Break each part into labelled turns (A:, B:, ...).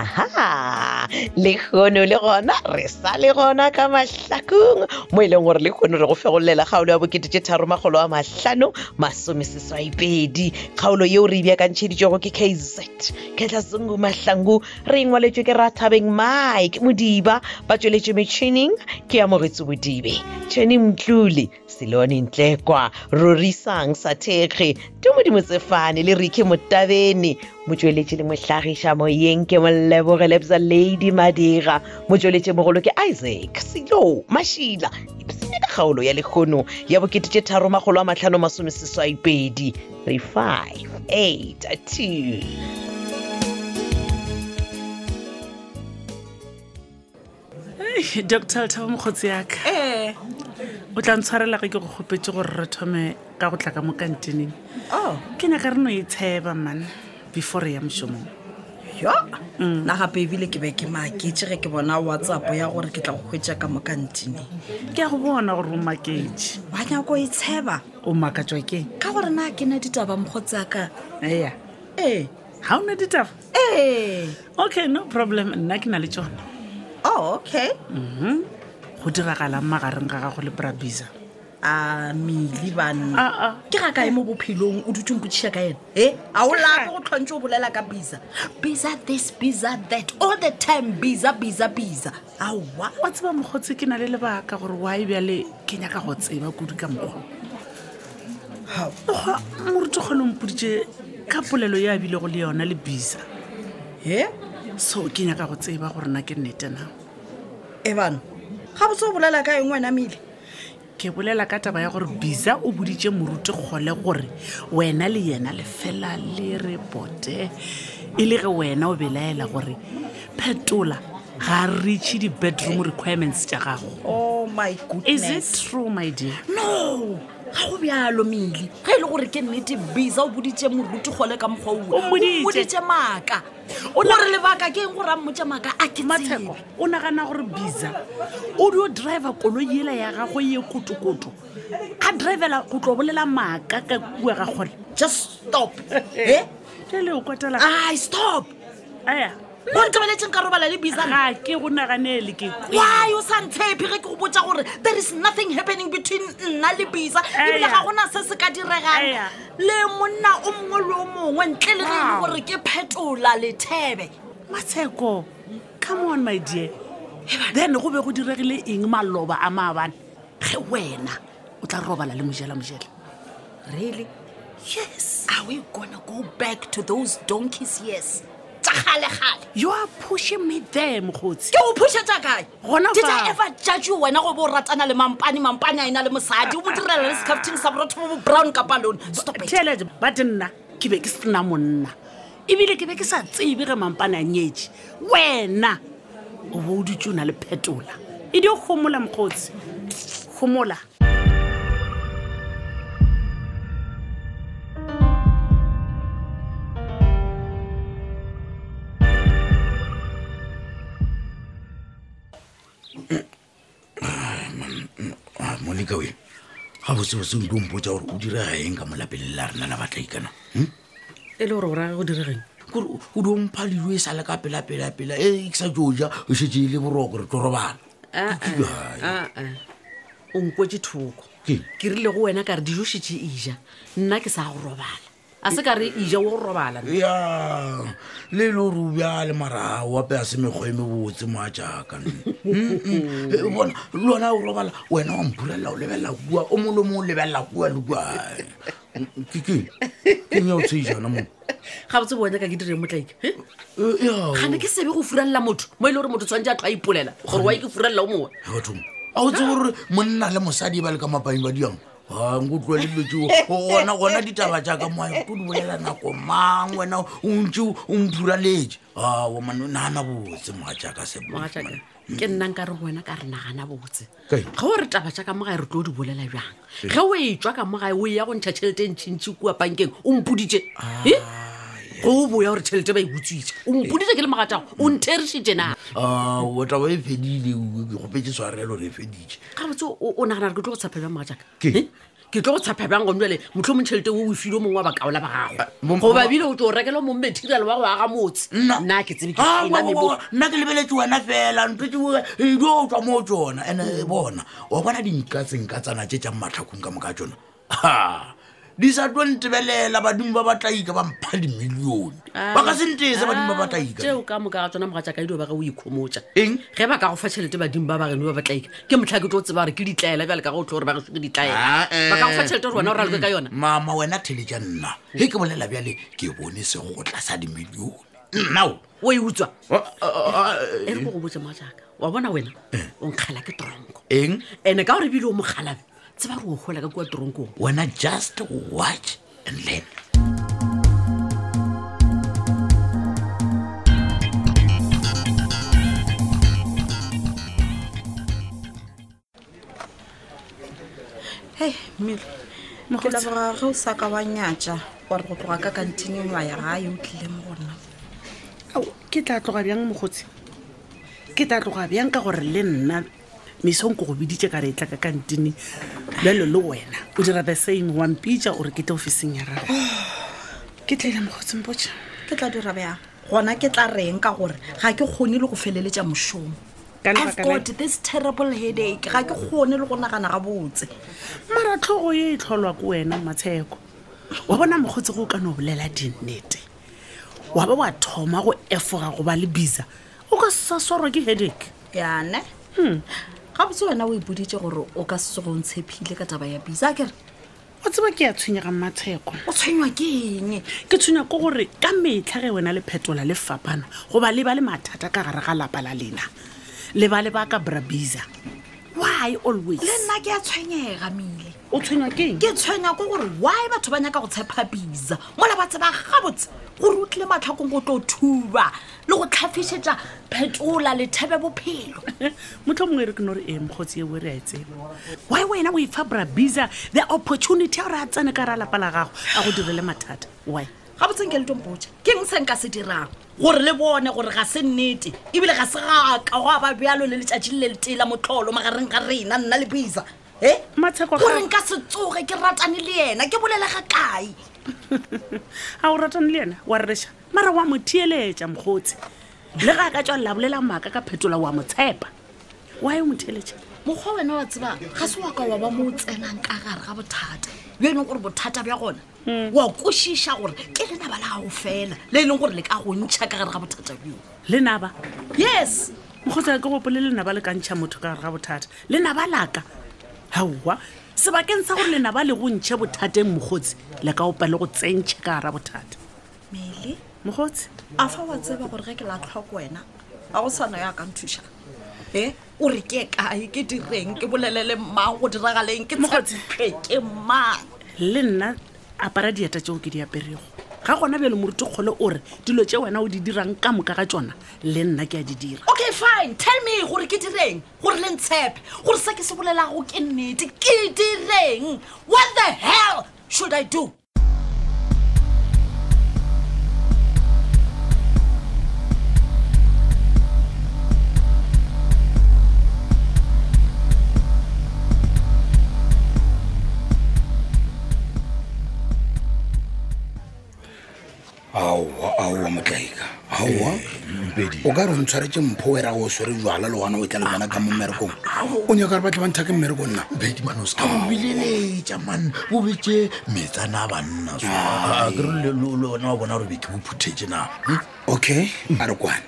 A: aha le kgono le gona re sa le gona ka mahlakong mo e leng gore le kgono re go fegololela kgaolo ya bokete tse tharomagolo a mahlano masomeseswaipedi kgaolo yeo re ebjakantšheditšego ke kz ketlhasengu mahlangu re engwaletšwe ke rathabeng mike modiba ba tsweletše metšhining ke ya mogetsi bodibe tšhene mtlole selone ntlekwa rorisang sathekge tumodimo tsefane le riki motabene motsweletši le mohlagiša moyeng ke mollebogelepsa lady madira motsweletši mogolo ke isaac selo mašila epsene ka kgaolo ya lekgono ya boketee tharo magolo a matlhano masomeseswaipedi 35 8 2
B: dr letaba mokgotsi yaka
C: ee
B: o tla ntshwarela ge ke go kgopetse gore re thome ka go tla ka mo kantineng
C: o
B: ke nyaka re no itsheba man before re ya mošomong
C: yo nna gape ebile ke be ke maketse ge ke bona whatsapp ya gore ke tla go kgwetsa ka mo kantineng
B: ke a go bona gore o maketse
C: wa nyako e tsheba
B: o makatswa keng
C: ka gore na ke na ditaba mokgotsi aka
B: ea
C: ee
B: ga o ne ditaba
C: ee
B: okay no problem nna ke na le tsona
C: o Oh, okay
B: go diragalang magareng ga gago le brabisa
C: a mele banna
B: aa
C: ke ga kae mo bophelong o dutung kotšhia ka ena e a o lake go tlhwantse o bolela ka bisa bisa this bisa that all the time bisa bisa bisa aowa
B: wa tseba mokgotsi ke na le lebaka gore wa e bjale ke nyaka go tseba kudu ka mokgwa Mokgwa, moruti kgole mpodie ka polelo ye a bilego le yona le bisa
C: e
B: so ke nyaka go tseba gore na ke nnete na
C: e bana ga botse o bolela ka eng wena mele
B: ke bolela ka taba ya gore bisa o boditse moruti kgole gore wena le yena le fela le re bote e le ge wena o belaela gore phetola ga reache di-bedroom requirements tša gago
C: oh my
B: is it
C: goodness
B: true my dear
C: no ga go bjalo mele ga e le gore ke nnete bisa o boditse moruti gole ka mokgwa oo.
B: O mmoditše.
C: O mmoditše maaka gore lebaka ke eng gore a mmotse maaka a ke tsebe
B: matheko o nagana gore bisa o dio driver koloi ela ya gagwe ye kotokoto a drivela go tlo bolela maaka ka kua ga kgole
C: just stop e
B: jale o kwatela
C: ai stop
B: aya
C: o ntebeletseng ka robala le bisa
B: ga ke go naganele ke kwe
C: why o sa ntshepe ge ke go botsa gore there is nothing happening between nna le bisa ebile
B: Aya.
C: ga gona se se ka
B: Aya.
C: diregang le monna o mongwe le o mongwe ntle le ge e le gore ke phetola lethebe
B: matsheko come on my dear then go be go diregile eng maloba a maabane ge wena o tla robala le mojela mojela
C: really yes are we gonna go back to those donkeys yes tsa galegale
B: you are pushing me there mokgotsi
C: ke o phusetsa kae
B: Gona
C: Did I
B: fao.
C: ever judge you wena go bo o ratana le mampane mampane a ena le mosadi o mo direla le scafting sa borotho bo bo brown kapa lone stop it
B: thelete but nna ke be ke sena monna ebile ke be ke sa tsebe ge mampane a nyetse wena o bo o dutse o na le phetola e di gomola mokgotsi gomola
D: Ah, moleka oe ga botsebotse nko mpotsa gore o diraga eng ka molapeleng la rena la batlaikana
B: e le gore o raga go diregeng
D: kore o di ompha ledu e sale ka pelapelapela e ke sa tsoja o shetse le boroko re tlo robala
E: o nkwetse thoko
D: Ke?
E: ke rile go wena ka re dijosetse eja nna ke sa go robala a se ka re eja o robala
D: ya le le gore o bjale mara a oape a se mekgwa e mebotse mo a jaaka Eh, bona le ona o robala wena wa mphulelela o lebelela kua o mole mo o lebelela kua le kuae keke keng ya o tshejana mo Eh,
E: ga botse bona ka ke dire motlaike
D: ya
E: gane ke sebe go furalela motho mo e le gore motho tshwanetse a tlo a ipolela gore wa e ke furalela o mowa
D: He batho a o tse gore monna le mosadi ba le ka mapaeng ba diang nko tloa lebetseo gona gona ditaba jaaka moaeko di bolela nako mang wena o ntse o mphuraletse ao mane naana botse moga jaaka
E: mogatšaka ke nna nka re go wena ka re nagana botse
D: Kae?
E: ga o re taba jaaka mo gae re tlo o di bolela bjang ge o e tswa ka mo gae o e ya go ntšha tšhelete ntšhintšhi kua bankeng o mpoditše Eh? go o boya gore tšhelete ba e botswitše o mpoditše ke le mogatago o ntherišitše na
D: ao taba e fedile ke kgopetse tshwarelo re e feditše
E: ga botse o o nagana re ke tlo go tshapelwa mogajaka
D: Ke?
E: ke
B: Hm? ke tlo go tshwapha bjang gone jale motlho motšhelete o o file o mongwe wa bakaola ba
F: Ah, Bo-
B: gagwe goba bile o tlo o rekela mong material wa go aga motse nna ke tsebe ke
F: Ah,
B: ena
F: wa- wa- wa-
B: mebo
F: wa, nna ke lebeletse wena fela mpete dio tswa e mo tsona and bona wa bona dinka tsenka tsana tse tsang matlhakong ka moka tsona Ha, di sa tlo ntebelela badimo ba batlaika ba mpha dimilione ba ka se ntese badimo
B: Ah,
F: ba batlaika
B: teo ka moka ga tsona moga jaaka edio ba ka o ikhomotsa
F: Eng?
B: ge ba ka go fa tšhelete badimo ba bareno ba batlaika ke motlha ke tlo o tseba gore ke ditlaela bjale ka go tlo gore ba re soke
F: Ah,
B: ditlaela
F: eh.
B: ba ka go fa tšhelete gore wena o raloke ka yona
F: mama wena thele ja nna ge ke bolela bjale ke bone segotla sa dimilione nnao
B: o e utswa
F: Ah, ah, ah,
B: e re ko go botse majaka wa bona wena
F: Eh.
B: o nkgala ke tronko
F: eng
B: ande ka gore ebile o mokgalabe tseba re o gola ka kua tronkong
F: wena just watch and learn
C: hei mmele mogolaboga ge o sa ka wa nyatša ore go tloga ka kantineng wa ya gae o tlile mo go nna
G: ao ke tla tloga bjang mogotsi ke tla tloga bjang ka gore le nna mesong ko go biditše ka re e tla ka kantine bjalo le wena o dira the same wampitša ore ke te officing ya rago ke tlaile mogotsi mpotša
C: ke tla dira bjang gona ke tla reng ka gore ga ke kgone le go feleletša mošomo
G: Ka
C: i've
G: lebaka la-
C: got this terrible headache ga ke kgone le go nagana gabotse
G: maratlhogo ye e tlholwa ke wena matsheko wa bona mokgotsi go o ka no bolela dinnete wa ba wa thoma go efoga go ba le bisa o ka sa swarwa ke headache
C: yane gabotse wena o ipoditše gore o ka se go ntshepile ka taba ya bisa a kere
G: o tseba ke ya tshwenyega matsheko
C: o tshwenywa ke eng
G: ke tshwenya ko gore ka metlha ge wena le phetola le fapana goba le ba le mathata ka gare ga lapa la lena le ba le ba ka bra bisa why always
C: le nna ke a tshwenyega mele
G: o tshwenywa ke eng
C: ke tshwenya ko gore why batho ba nyaka go tshepa bisa mola ba tseba gabotse gore o tlile matlhakong go tlo thuba le go tlhafišetša phetola lethebe bophelo
G: motlho mongwe e re ke no re ee mokgotsi eo re a e tseba why wena o efa bra bisa the opportunity ya gore a tsene ka ra lapa la gago a go direle mathata why
C: gabotseng ke le tompotša ke eng se nka se dirang gore le bone gore ga se nnete ebile ga se gaka go a ba bjalo le letšatši le le tela motlholo magareng ga rena nna le bisa e
G: matsheko a
C: gore
G: gago-
C: nka se tsoge ke ratane le yena ke bolele ga kae
G: a o ratane le yena wa rereša mara wa mo thieletša mokgotsi le ga a ka tswalela bolela maaka ka phetola wa mo tshepa why o mo thieletša
C: mokgwa wena wa tseba ga se wa ka wa ba mo o tsenang ka gare ga bothata yo e leng gore bothata bja gona wa kwešiša gore ke lenaba la gago fela le e leng gore le ka go ntšha ka gare ga bothata bjo
G: lenaba
C: yes
G: mokgotsi a ke gopole lenaba le ka ntšha motho ka gare ga bothata lenaba laka gaowa sebakeng sa gore lenaba le go ntšhe bothateng mogotsi le ka opa le go tsentšhe ka gara bothata
C: mele
G: mogotsi
C: a fa wa tseba gore ge ke la tlhoko wena ga go tshwana ya ka nthuša e o re ke ye kae ke direng ke bolelele mang go diragaleng ke
G: Mokgotsi.
C: tshepe ke mang
G: le nna apara dieta tseo ke di aperego ga gona bjale moruti kgole o re dilo tse wena o di dirang ka moka ga tsona le nna ke a di dira
C: okay fine tell me gore ke direng gore le ntshepe gore se ke se bolelago ke nnete ke direng what the hell should i do
D: aowa aowa motlaika aowa
F: Eh,
D: o ka re o ntshwaretse mpho wera o swere jala le gona o tla le bona ka mo mmerekong o nyaka re batla ba ntha ke mmereko nna
F: bedimano se ka bobileletša man bo betse metsana a banna so. Ah, ke re le le- le wena wa bona gore beke bo phuthetše na hm?
D: okay a re kwane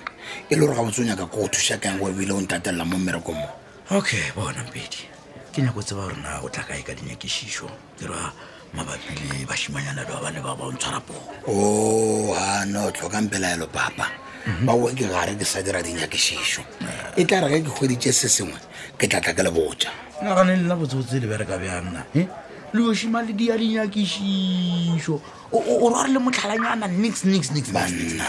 D: e le gore ga botse o nyaka ko go thusa kang wa bile o ntatelela mo mmerekong mo
F: okay bona pedi ke nyako tseba gore na o tla kae ka dinyakešišo kera mabapi le bašimanyana le ba ba le ba ba o ntshwara poo
D: o ha no tlhokang pelaelo papa
F: Mhm.
D: ba oe ke gare ke sa dira dinyakešišo e tla re ge ke kgweditse se sengwe ke tla tla ke le botja
F: nagane le nna botsebotse le bereka bjang na e le ošima le dia dinyakešišo O- o o rware le motlhalanyana nix nix nix nix, nix.
D: banna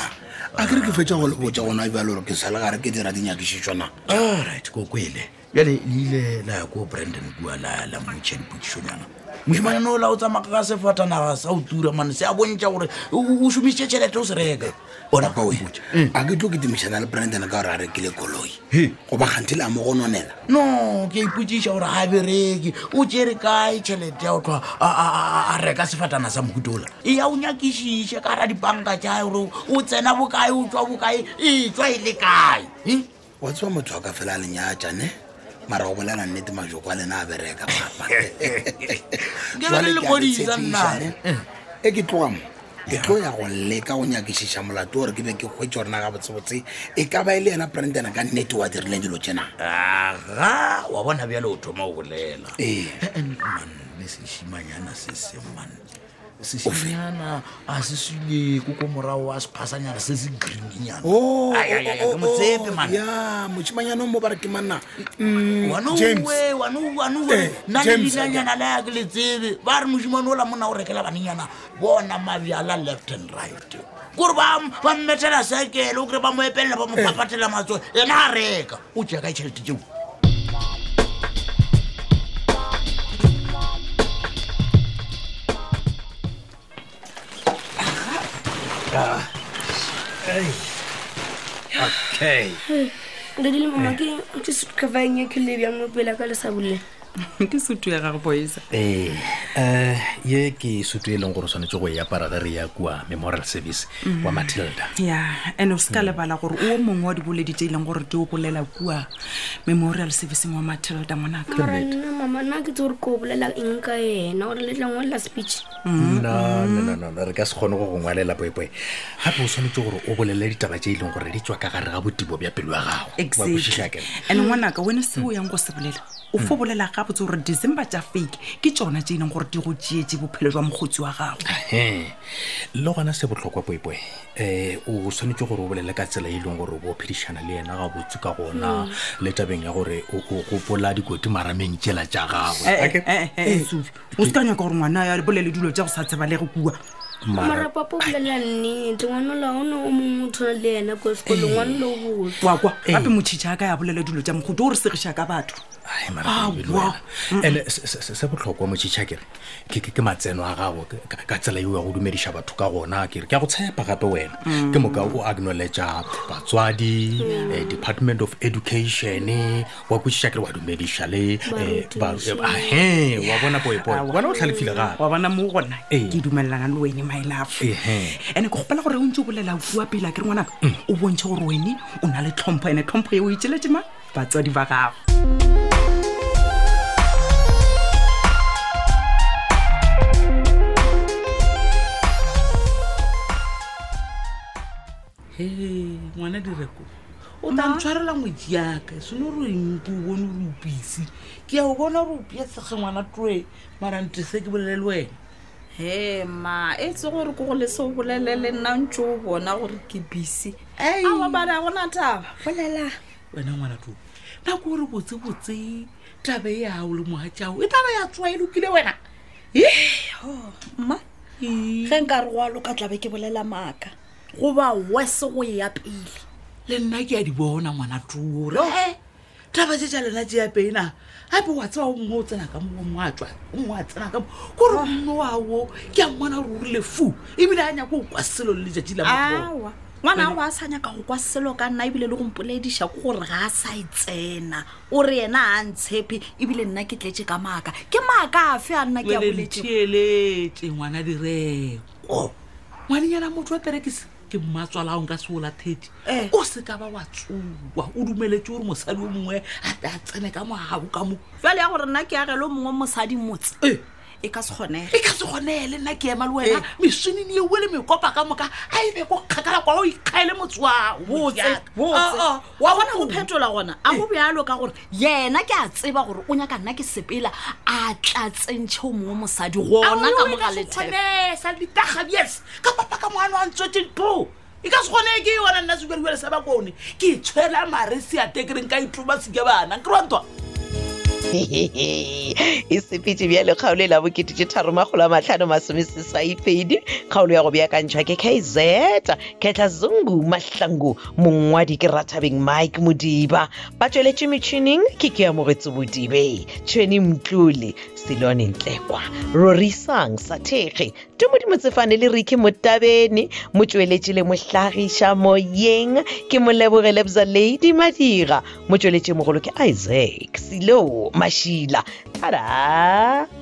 D: a kere ke fetsa go le botja gona bjale gore ke sa le gare ke dira dinyakešišo na
F: alright ko kwele bjale le ile la ya ko brandon kua la la mmotšha dipotšišonyana
D: moimanyana o la o tsamaka ka sefatanaga sa o tura mane se a bontšha gore o o šomisitše tšhelete o se reka
H: ona pa oiputse a ke tlo ketemišana le branden ka gore a rekile koloi
D: He.
H: goba kganthe le a mo gononela
D: no ke a ipotsiša gore ga bereke o tsere kae tšhelete ya go tlhwa a- a- a- a reka sefatana sa mohutola e ya o nyakišiše ka ra dipanka tšae gore o tsena bokae o tswa bokae e tswa e le kae He?
H: wa tsewa motho a ka fela a lenyatša ne mara go bolela nnete majoko a lena a bereka papa Jwale
D: Ke be le
H: ke a le
D: lepodisa
H: tshepiša,
D: nna.
H: ne. e ke tlogamo ke tlo ya go leka go nyakešiša molato gore ke be ke kgwetse gorena ga botsebotse e ka ba e le yena branden ka nnete wa dirileng dilo tsenang
D: aga wa bona bjale o thoma o bolela
H: ee
D: man le sešimanyana se se man sešimanyana a se seleko ko morago a sephasanyana se se greenyana
H: Oh,
D: Ai, ai, ai,
H: oh,
D: ke
H: oh,
D: mo tsepe,
H: oh,
D: man.
H: ya mošimanyana o mo ba re ke manna James. Eh,
D: nna le
H: James,
D: dinanyana le ya ke le tsebe ba re mosimane ola monna o rekela banenyana bona mabjala left and right kore ba ba mmetela sekele o kry ba mo epelela ba mo
H: Eh.
D: papatela matso ena a reka o tea ka tšhelete tseo
I: dadile mama ke ke setkavanye ke lebjang mo pele ka le sa bolele
G: ke sutu ya gage boesa
F: ee um ye ke sutu e leng gore o tshwanetse go e apara ge re ya kua memorial service
D: Mm.
F: wa matilda
G: ya and o se ka lebala gore o mongwe wa diboledite e leng gore ke o bolela kua memorial serviceng wa matilda ngwanaka
I: mara nna mama nna ke tse gore ko bolela eng ka ena gore le tla ngwalela speech
F: no no, no, no, no, re ka se kgone go go ngwalela poepoe gape o tshwanetse gore o bolelele ditaba tse e leng gore di tswa ka gare ga botibo bja pelo ya gago Wa kwešiša
G: exactly
F: ke?
G: and ngwanaka wena se o yang go se bolela o fo bolela gabotse gore december tša fake ke tsona tse e leng gore di go tšeetse bophelo jwa mokgotsi wa gago
F: Ahe. le gona se botlhokwa poepoe um o tshwanetse gore o bolele ka tsela e e leng gore o bo phedišana le ena ga botse ka gona
G: Hmm.
F: le tabeng ya gore o o gopola dikoti marameng tsela tja
G: Eh, eh,
F: gagwe
G: eh, eh, eh, Sufi, o se ka nyaka gore ngwana ya bolele dilo tja go sa tseba le re kua
I: mara papa o bolela nnete ngwana la one o mongwe o tshwana le ena ko sekolong ngwane le o botse
G: wa kwa gape motšhitšha ka ya bolela dilo tja mogodu o re segiša ka batho Ah,
F: Ai, mara Bibele
G: wow.
F: wena. ene se- se se- se botlhokwa motšhitšha kere ke ke- ke matseno a gago ke- ka ka tsela eo ya go dumediša batho ka gona kere ke a go tshepa gape wena
G: Mm.
F: ke moka o acknowledgea batswadi eh, department of education wa kwešiša kere wa dumediša le eh, ba- eh, ahe wa bona poepoe
G: Aowa.
F: wona o tlhalefile gape
G: wa bona mo gona
F: Ee.
D: 哎
G: ke dumelelana le wene my love
F: Ehe.
G: ande ke gopela gore o ntse o bolela kua pele ke re ngwanaka o bontšhe gore wene o na le tlhompho ande tlhompho e o itseletse ma batswadi ba gago
B: he ngwana direko o tla ntshwarela ngwetsi yaka seno re empe o bone ore opise ke a o bona gore opiesege ngwana toe marante se ke bolele le wena
G: hema e tse gore ko go le se o bolelele nna ntse o bona gore ke bisi
B: Ai.
G: bana go na taba bolela
B: wena ngwana to nako ore botsebotse taba e ao le moga tjao e taba ya tswa e lokile wena
J: mma ge nka re go a loka tlabe ke bolela maaka
C: goba wese go ya pele
B: le nna ke a di bona ngwana tore e taba tse tša lena jeapeena gape wa tseba o mongwe o tsena ka moo mongwe a tswa o mongwe a tsena ka moo kore mno wao ke a mmona gore o rile fu ebile a nyako o kwa selo le letšatši la motho
J: aa ngwana go a sa nyaka go kwa selo ka nna ebile le go mpolediša ko gore ga a sa e tsena o re ena a ntshepe ebile nna ke tletse ka maaka ke maaka a fe a nna ke a
B: wele
J: boletse
B: letheeletse ngwana direko ngwanenyana motho wa perekise ke mmatswalaong ka seola thirty o se ka ba wa tsoa o dumeletse gore mosadi o mongwe ape a tsene ka mogabo ka mo
J: fele ya gore nna ke agele o mongwe mosadi motse
B: e
J: e ka se kgonege Eh.
B: e ka se kgonele nna ke ema le wena mešhinini eo le mekopa ka moka a ebe ko kgakala kwa o ikgaele motse Ah, wao
J: botse botse
B: wa
J: wa bona go
B: kou.
J: phetola gona a
B: Eh.
J: go bjalo ka gore yena ke a tseba gore o nyaka nna ke sepela a tlatsentšhe o mongwe mosadi gona ka moga lethepe
B: sa ditaga yes ka papa ka moane wa ntswetseng tlo e ka se kgone ke yona nna e sebuelebele sa bakone ke tshwela maresi a tekereng ka itloba sike bana ke rantwa
A: e sepetse bjale kgaolo e la bokete tše tharomagolo a matlhano masomeseswaipedi kgaolo ya go beakantšhwa ke kaizeta ketla zungu mahlangu mongwadi ke rathabeng mike modiba ba tsweletše metšhining ke ke amogetse bodibe tšhweni mtlole selone ntlekwa rorisang sathege temodimotsefane le riki motabene motsweletše le mohlagiša moyeng ke molebogele bza ladi e madira motsweletše mogolo ke isaac selo mašila tada